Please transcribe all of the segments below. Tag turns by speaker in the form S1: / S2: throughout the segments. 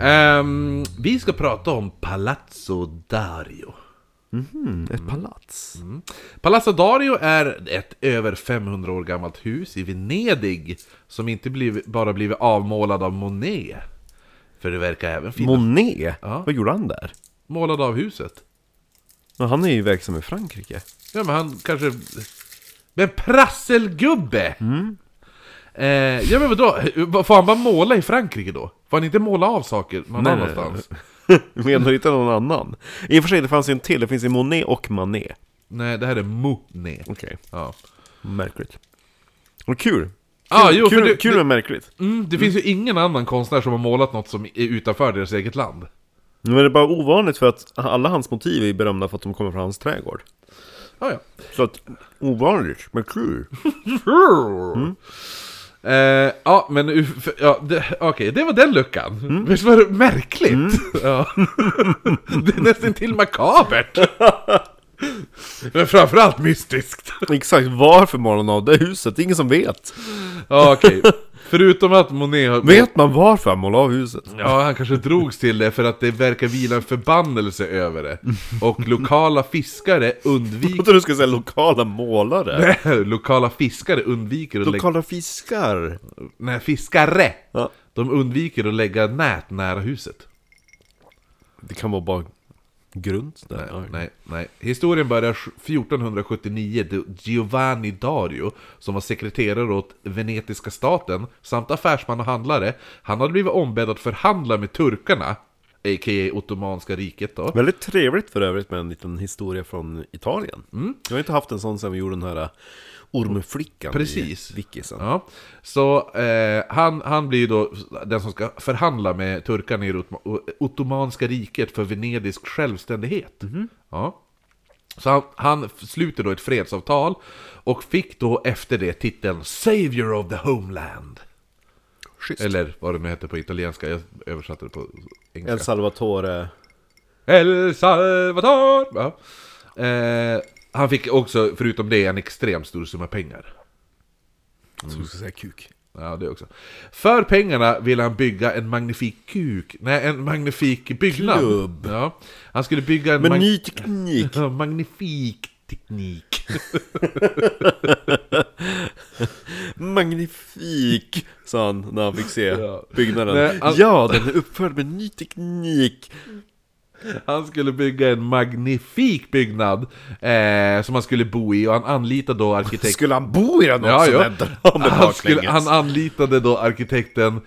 S1: Ehm, vi ska prata om Palazzo Dario.
S2: Mm, ett palats.
S1: Palazzo Dario är ett över 500 år gammalt hus i Venedig som inte bliv, bara blivit avmålad av Monet. För det verkar även fint.
S2: Monet?
S1: Ja.
S2: Vad gjorde han där?
S1: målad av huset.
S2: Men han är ju verksam i Frankrike.
S1: Ja, men han kanske... Men prasselgubbe!
S2: Mm.
S1: Eh, ja men vadå, får han bara måla i Frankrike då? Får han inte måla av saker någon
S2: Nej, nej.
S1: annanstans? Nej.
S2: Menar du inte någon annan? I och för sig, det fanns ju en till. Det finns ju Monet och Manet.
S1: det här är Monet.
S2: Okej,
S1: Ja.
S2: märkligt. Och kul!
S1: Ah, jo,
S2: kul
S1: för det,
S2: kul
S1: det,
S2: men märkligt.
S1: mm, det finns ju ingen annan konstnär som har målat något som är utanför deras eget land.
S2: Men det är bara ovanligt för att alla hans motiv är berömda för att de kommer från hans trädgård.
S1: Ah, ja.
S2: Så att, ovanligt, men kul.
S1: Mm. Eh, ja, men u- för- ja, det- okej, det var den luckan. Visst var det märkligt? Ja. det är nästan till makabert. men framförallt mystiskt.
S2: Exakt, varför målar han av det huset? Det är ingen som vet.
S1: Ja, okej. Förutom att Monet har...
S2: Vet man varför han målar av huset?
S1: Ja, han kanske drogs till det för att det verkar vila en förbannelse över det. Och lokala fiskare
S2: Jag
S1: undviker...
S2: trodde du skulle säga lokala målare.
S1: lokala fiskare undviker att lägga...
S2: Lokala fiskar.
S1: Nej, fiskare!
S2: Ja.
S1: De undviker att lägga nät nära huset.
S2: Det kan vara bara grunt där. Ja.
S1: Nej, nej. Historien börjar 1479 då Giovanni Dario, som var sekreterare åt venetiska staten, samt affärsman och handlare, han hade blivit ombedd att förhandla med turkarna, a.k.a. Ottomanska riket då.
S2: Väldigt trevligt för övrigt med en liten historia från Italien.
S1: Mm.
S2: Jag har inte haft en sån sen vi gjorde den här äh, ormflickan
S1: Precis.
S2: i Vickisen.
S1: Ja. Så eh, han, han blir ju då den som ska förhandla med turkarna i det Otto- Ottomanska riket för venedisk självständighet.
S2: Mhm.
S1: Ja. Så han, han sluter då ett fredsavtal och fick då efter det titeln Savior of the Homeland.
S2: Schysst.
S1: Eller vad det nu heter på italienska, jag översatte det på engelska.
S2: El Salvatore.
S1: El Salvador! Ja. Eh, han fick också, förutom det, en extremt stor summa pengar.
S2: Jag trodde du skulle säga kuk.
S1: Ja, det också. För pengarna ville han bygga en magnifik kuk. Nej, en magnifik byggnad.
S2: Klubb.
S1: Ja. Han skulle bygga en
S2: Men
S1: mag-
S2: ny teknik!
S1: Ja, magnifik teknik.
S2: Magnifik! Sa han när han fick se
S1: Ja.
S2: byggnaden.
S1: Nej, han-
S2: Ja, den är uppförd med ny teknik!
S1: Han skulle bygga en magnifik byggnad eh, som han skulle bo i och han anlitade då arkitekt...
S2: Skulle han bo i den också?
S1: Ja, ja.
S2: Den drar med
S1: Han, skulle,
S2: baklänges.
S1: han anlitade då arkitekten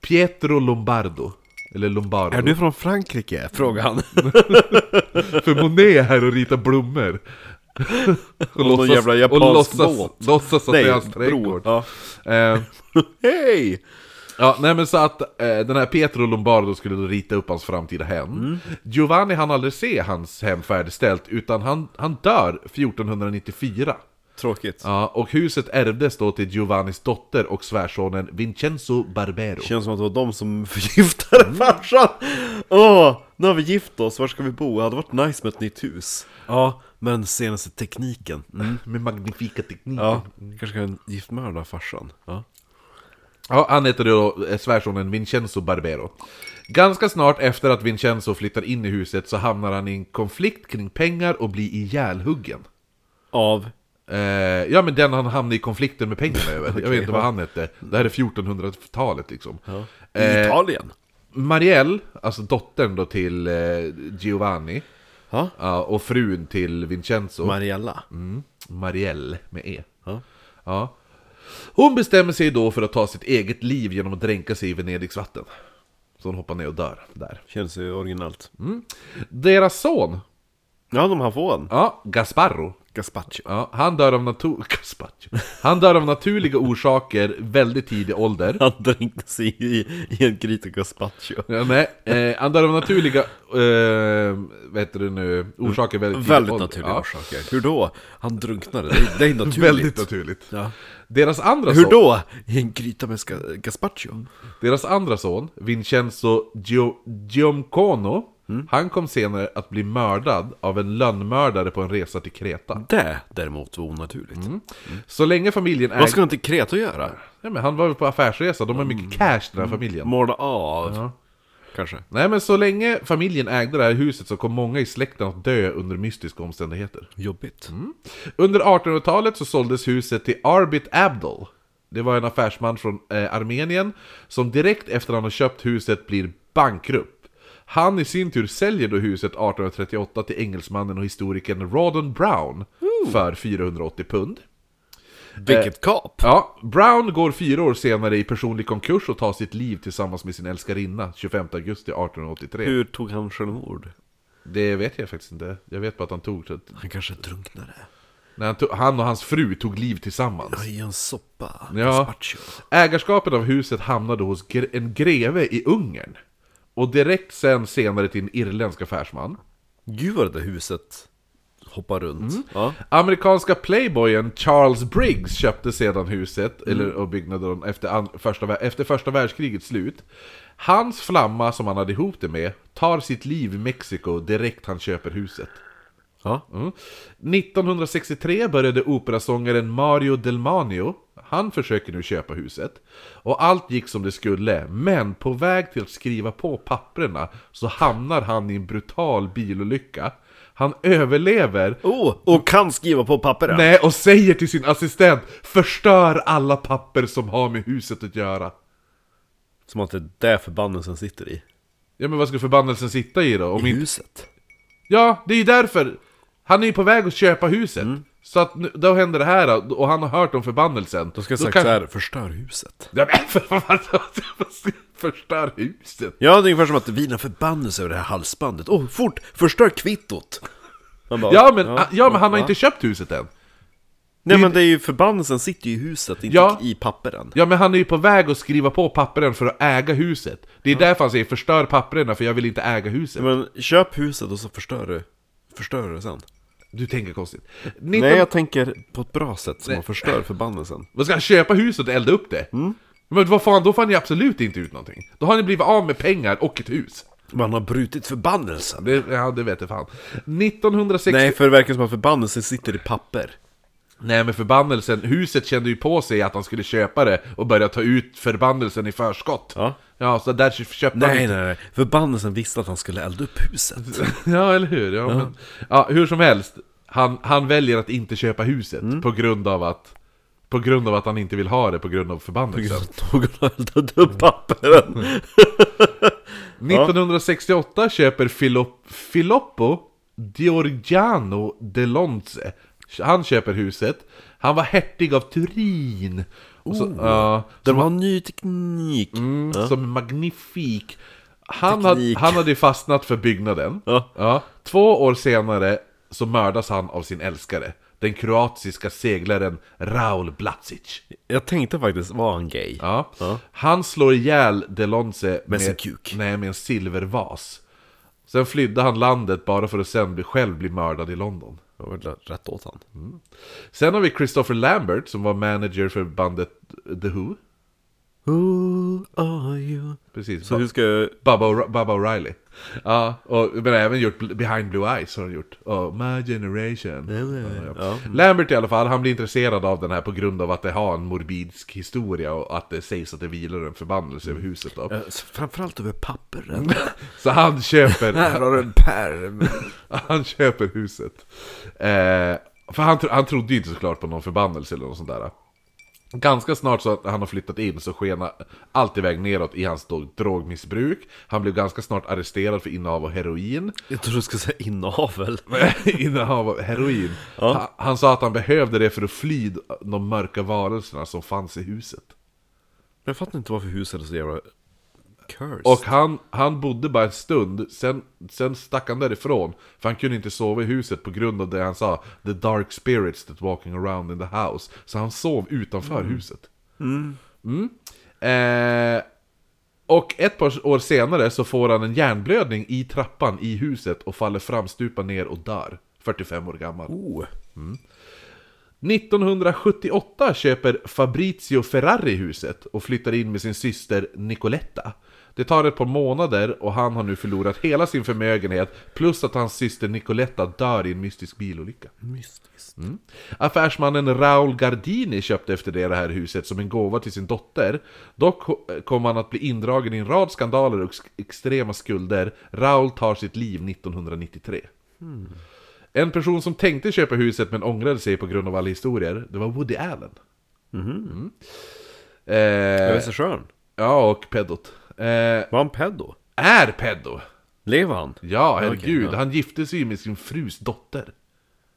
S1: Pietro Lombardo. Eller Lombardo.
S2: Är du från Frankrike? Frågade han.
S1: För Monet är här och ritar blommor. Och
S2: någon jävla japansk
S1: och låtsas,
S2: båt.
S1: låtsas att det är hans trädgård.
S2: Ja.
S1: Eh,
S2: Hej!
S1: Ja, nej men så att eh, den här Pietro Lombardo skulle då rita upp hans framtida hem. Giovanni hann aldrig se hans hem färdigställt, utan han, han dör 1494.
S2: Tråkigt.
S1: Ja, och huset ärvdes då till Giovannis dotter och svärsonen Vincenzo Barbero.
S2: Känns som att det var de som förgiftade farsan! Åh, nu har vi gift oss, var ska vi bo? Det hade varit nice med ett nytt hus. Ja, med den senaste tekniken. Mm.
S1: Med magnifika tekniker. Ja.
S2: Ja, kanske kan giftmörda farsan. Ja.
S1: han heter då eh, svärsonen Vincenzo Barbero. Ganska snart efter att Vincenzo flyttar in i huset så hamnar han i en konflikt kring pengar och blir ihjälhuggen.
S2: Av?
S1: Eh, ja men den han hamnade i konflikten med pengarna över, jag vet inte vad han hette. Det här är 1400-talet liksom.
S2: I Italien?
S1: Marielle, alltså dottern då till eh, Giovanni,
S2: Ja.
S1: ja, och frun till Vincenzo,
S2: Mariella?
S1: mm, Marielle med E.
S2: Ja.
S1: Ja. Hon bestämmer sig då för att ta sitt eget liv genom att dränka sig i Venedigs vatten. Så hon hoppar ner och dör där.
S2: Mm. Känns ju originellt.
S1: Deras son,
S2: Ja, de har fån.
S1: Ja, Gasparro.
S2: Gazpacho.
S1: Ja, han, dör av natu- Gaspacho. han dör av naturliga orsaker väldigt tidig ålder.
S2: Han dränks i, i, i en gryta gazpacho.
S1: Ja, nej, eh, han dör av naturliga eh, vad heter det nu, orsaker väldigt tidig
S2: Väldigt
S1: ålder.
S2: naturliga
S1: Ja,
S2: orsaker. Hur då? Han drunknade. Det är, det är naturligt.
S1: Väldigt naturligt.
S2: Ja.
S1: Deras andra
S2: Hur
S1: son-
S2: då? I en gryta med ska- gazpacho?
S1: Deras andra son, Vincenzo Gio- Giomcono,
S2: Mm.
S1: han kom senare att bli mördad av en lönnmördare på en resa till Kreta.
S2: Det däremot var onaturligt.
S1: Så länge familjen
S2: Vad
S1: ägde...
S2: skulle inte Kreta göra?
S1: Nej, men han var väl på affärsresa, de har
S2: Mm.
S1: mycket cash den här familjen.
S2: Måla av? Kanske.
S1: Nej men så länge familjen ägde det här huset så kom många i släkten att dö under mystiska omständigheter.
S2: Jobbigt.
S1: Under 1800-talet så såldes huset till Arbit Abdol. Det var en affärsman från eh, Armenien som direkt efter han har köpt huset blir bankrutt. Han i sin tur säljer då huset 1838 till engelsmannen och historikern Rawdon Brown för 480 pund.
S2: Vilket kap!
S1: Ja, Brown går fyra år senare i personlig konkurs och tar sitt liv tillsammans med sin älskarinna 25 augusti 1883.
S2: Hur tog han självmord?
S1: Det vet jag faktiskt inte. Jag vet bara att han tog... så att-
S2: Han kanske drunknade.
S1: När han, tog, han och hans fru tog liv tillsammans.
S2: Ja, I en soppa.
S1: Ja.
S2: Gazpacho.
S1: Ägarskapet av huset hamnade hos gre- en greve i Ungern. Och direkt sen senare till en irländsk affärsman.
S2: Gud vad det där huset hoppar runt. Mm. Ja.
S1: Amerikanska playboyen Charles Briggs köpte sedan huset, eller och byggnaden, efter, an, första, vär- efter första världskrigets slut. Hans flamma som han hade ihop det med tar sitt liv i Mexiko direkt han köper huset.
S2: ja.
S1: Mm. 1963 började operasångaren Mario Delmanio. Han försöker nu köpa huset. Och allt gick som det skulle, men på väg till att skriva på papperna så hamnar han i en brutal bilolycka. Han överlever
S2: Oh, och kan skriva på papperen.
S1: Nej, och säger till sin assistent Förstör alla papper som har med huset att göra
S2: Som att det är där förbannelsen sitter i.
S1: Ja men vad ska förbannelsen sitta i då? Om inte...
S2: huset.
S1: Ja, det är ju därför! Han är ju på väg att köpa huset
S2: Mm.
S1: Så att nu, då händer det här då, och han har hört om förbannelsen
S2: Då ska jag sagt
S1: kan-
S2: så här, förstör huset.
S1: Ja, men, för, för, förstör huset!
S2: Ja, det är ungefär som att vi har förbannelse över det här halsbandet. Åh, oh, fort! Förstör kvittot! Man bara,
S1: Ja men, ah, ja, men han har inte köpt huset än
S2: Nej men det är ju förbannelsen sitter ju i huset, inte
S1: Ja.
S2: i papperen.
S1: Ja men han är ju på väg att skriva på papperen för att äga huset Det är därför han säger förstör papperna för jag vill inte äga huset
S2: Men köp huset och så förstör du, förstör du det sen.
S1: Du tänker konstigt 19...
S2: Nej jag tänker på ett bra sätt som man förstör förbannelsen.
S1: Vad ska han köpa huset och elda upp det?
S2: Mm.
S1: Men vad fan, då får han ju absolut inte ut någonting. Då har ni blivit av med pengar och ett hus.
S2: Man har brutit förbannelsen.
S1: Det, ja, det vet jag fan. 1960...
S2: Nej
S1: Nej.
S2: för det verkar som att förbannelsen sitter i papper.
S1: men förbannelsen. Huset kände ju på sig att han skulle köpa det och börja ta ut förbannelsen i förskott.
S2: Ja.
S1: Ja, så där köpte han
S2: Nej
S1: inte-
S2: nej nej, förbannelsen visste att han skulle elda upp huset.
S1: Ja, eller hur? Ja, Men, ja, hur som helst. Han, han väljer att inte köpa huset på grund av att... På grund av att han inte vill ha det på grund av förbannelsen.
S2: Någon har eldat upp
S1: Mm.
S2: papperen.
S1: 1968 köper Filop- Filoppo Giorgiano de Lonze. Han köper huset. Han var hertig av Turin. Och så, ja,
S2: De har ny teknik.
S1: mm, Som är magnifik. Han, hade,
S2: Teknik.
S1: han hade ju fastnat för byggnaden.
S2: Ja.
S1: Två år senare så mördas han av sin älskare. Den kroatiska seglaren Raul Blacic.
S2: Jag tänkte faktiskt, var han gay?
S1: Ja. Han slår ihjäl Delonce med,
S2: sin kuk.
S1: Nej, med en silvervas. Sen flydde han landet bara för att sen bli, själv bli mördad i London.
S2: Det var väl rätt åt han.
S1: Sen har vi Christopher Lambert som var manager för bandet The Who.
S2: Who are you?
S1: Precis.
S2: Så hur ska jag...
S1: Bubba, O'Ri- Bubba O'Reilly. Ja, och, men även gjort Bl- Behind Blue Eyes har han gjort. Och My Generation. Ja, ja. Lambert i alla fall, han blir intresserad av den här på grund av att det har en morbidsk historia och att det sägs att det vilar en förbannelse över huset då.
S2: Eh, Framförallt över papperen.
S1: Så han köper...
S2: Här har du en pärm.
S1: Han köper huset. Eh, för han, tro- han trodde ju inte såklart på någon förbannelse eller något sånt där. Ganska snart så att han har flyttat in så skena allt iväg neråt i hans då drogmissbruk. Han blev ganska snart arresterad för innehav av heroin.
S2: Jag tror du ska säga inavel.
S1: innehav av heroin. Han, han sa att han behövde det för att fly de mörka varelserna som fanns i huset.
S2: Jag fattar inte varför huset är så jävla cursed.
S1: Och han, han bodde bara en stund, sen, sen stack han därifrån. För han kunde inte sova i huset på grund av det han sa, the dark spirits that walking around in the house. Så han sov utanför huset. Mm. Eh, och ett par år senare så får han en hjärnblödning i trappan i huset och faller framstupa ner och dör. 45 år gammal.
S2: Oh.
S1: 1978 köper Fabrizio Ferrari huset och flyttar in med sin syster Nicoletta. Det tar ett par månader och han har nu förlorat hela sin förmögenhet plus att hans syster Nicoletta dör i en mystisk bilolycka.
S2: Mystiskt.
S1: Affärsmannen Raul Gardini köpte efter det det här huset som en gåva till sin dotter. Dock ho- kom han att bli indragen i en rad skandaler och sk- extrema skulder. Raul tar sitt liv 1993. En person som tänkte köpa huset men ångrade sig på grund av alla historier, det var Woody Allen.
S2: Jag
S1: Mm. Eh,
S2: visste skön.
S1: ja, och pedot. Eh,
S2: Var han pedo?
S1: är pedo!
S2: Lever han?
S1: Ja, herregud.
S2: ja.
S1: Han gifte sig ju med sin frus dotter.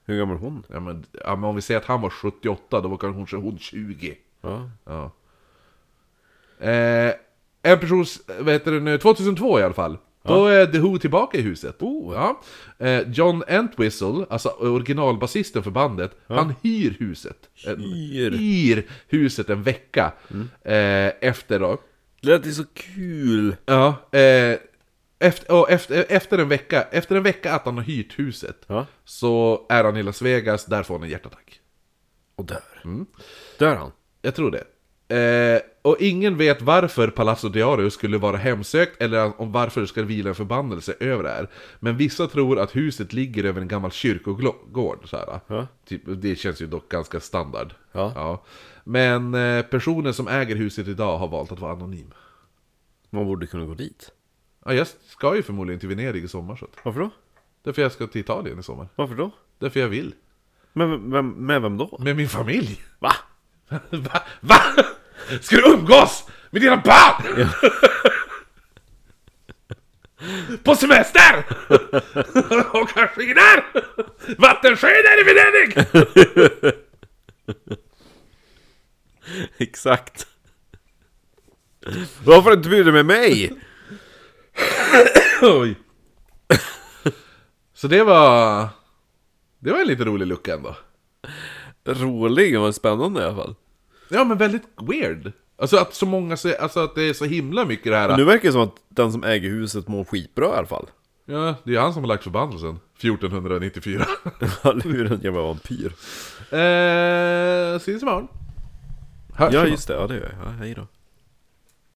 S2: Hur gammal är hon?
S1: Ja men, ja, men om vi säger att han var 78, då var kanske hon 20.
S2: Ja.
S1: Ja. Eh, en person, vad heter det nu, 2002 i alla fall. Då är The Who tillbaka i huset.
S2: Oh.
S1: Ja. Eh, John Entwistle, alltså originalbasisten för bandet, han hyr huset. En-
S2: Hyr. Mm.
S1: hyr huset en vecka eh, efter då.
S2: Det lät ju så kul.
S1: Ja, eh, efter, och efter, efter, en vecka, efter en vecka att han har hyrt huset
S2: Ja.
S1: så är han i Las Vegas, där får han en hjärtattack.
S2: Och dör. Dör han?
S1: Jag tror det. Eh, och ingen vet varför Palazzo Diario skulle vara hemsökt eller om varför det ska vila en förbannelse över det här. Men vissa tror att huset ligger över en gammal kyrkogård. Så här.
S2: Ja.
S1: Typ, det känns ju dock ganska standard.
S2: Ja.
S1: Men eh, personen som äger huset idag har valt att vara anonym.
S2: Man borde kunna gå dit.
S1: Ja, jag ska ju förmodligen till Venedig i sommar. Så. att-
S2: Varför då?
S1: Därför jag ska till Italien i sommar.
S2: Varför då?
S1: Därför jag vill.
S2: Men vem, med vem då?
S1: Med min familj.
S2: Va?
S1: Va? Va? Ska du umgås med dina barn? På semester! Och kanske ingen där! Vattenskidor i Venedig!
S2: Exakt. Varför inte bjuda med mig?
S1: Oj. Så det var... Det var en lite rolig lucka ändå.
S2: Rolig, men spännande i alla fall.
S1: Ja men väldigt weird. Alltså att så många, ser- alltså att det är så himla mycket det här.
S2: Nu verkar det som att den som äger huset mår skitbra i alla fall.
S1: Ja, det är han som har lagt förbannelsen. 1494.
S2: Luren jävla vampyr.
S1: eh, syns imorgon. Hörs
S2: Ja
S1: imorgon.
S2: just det, ja det gör jag. Ja, hej då.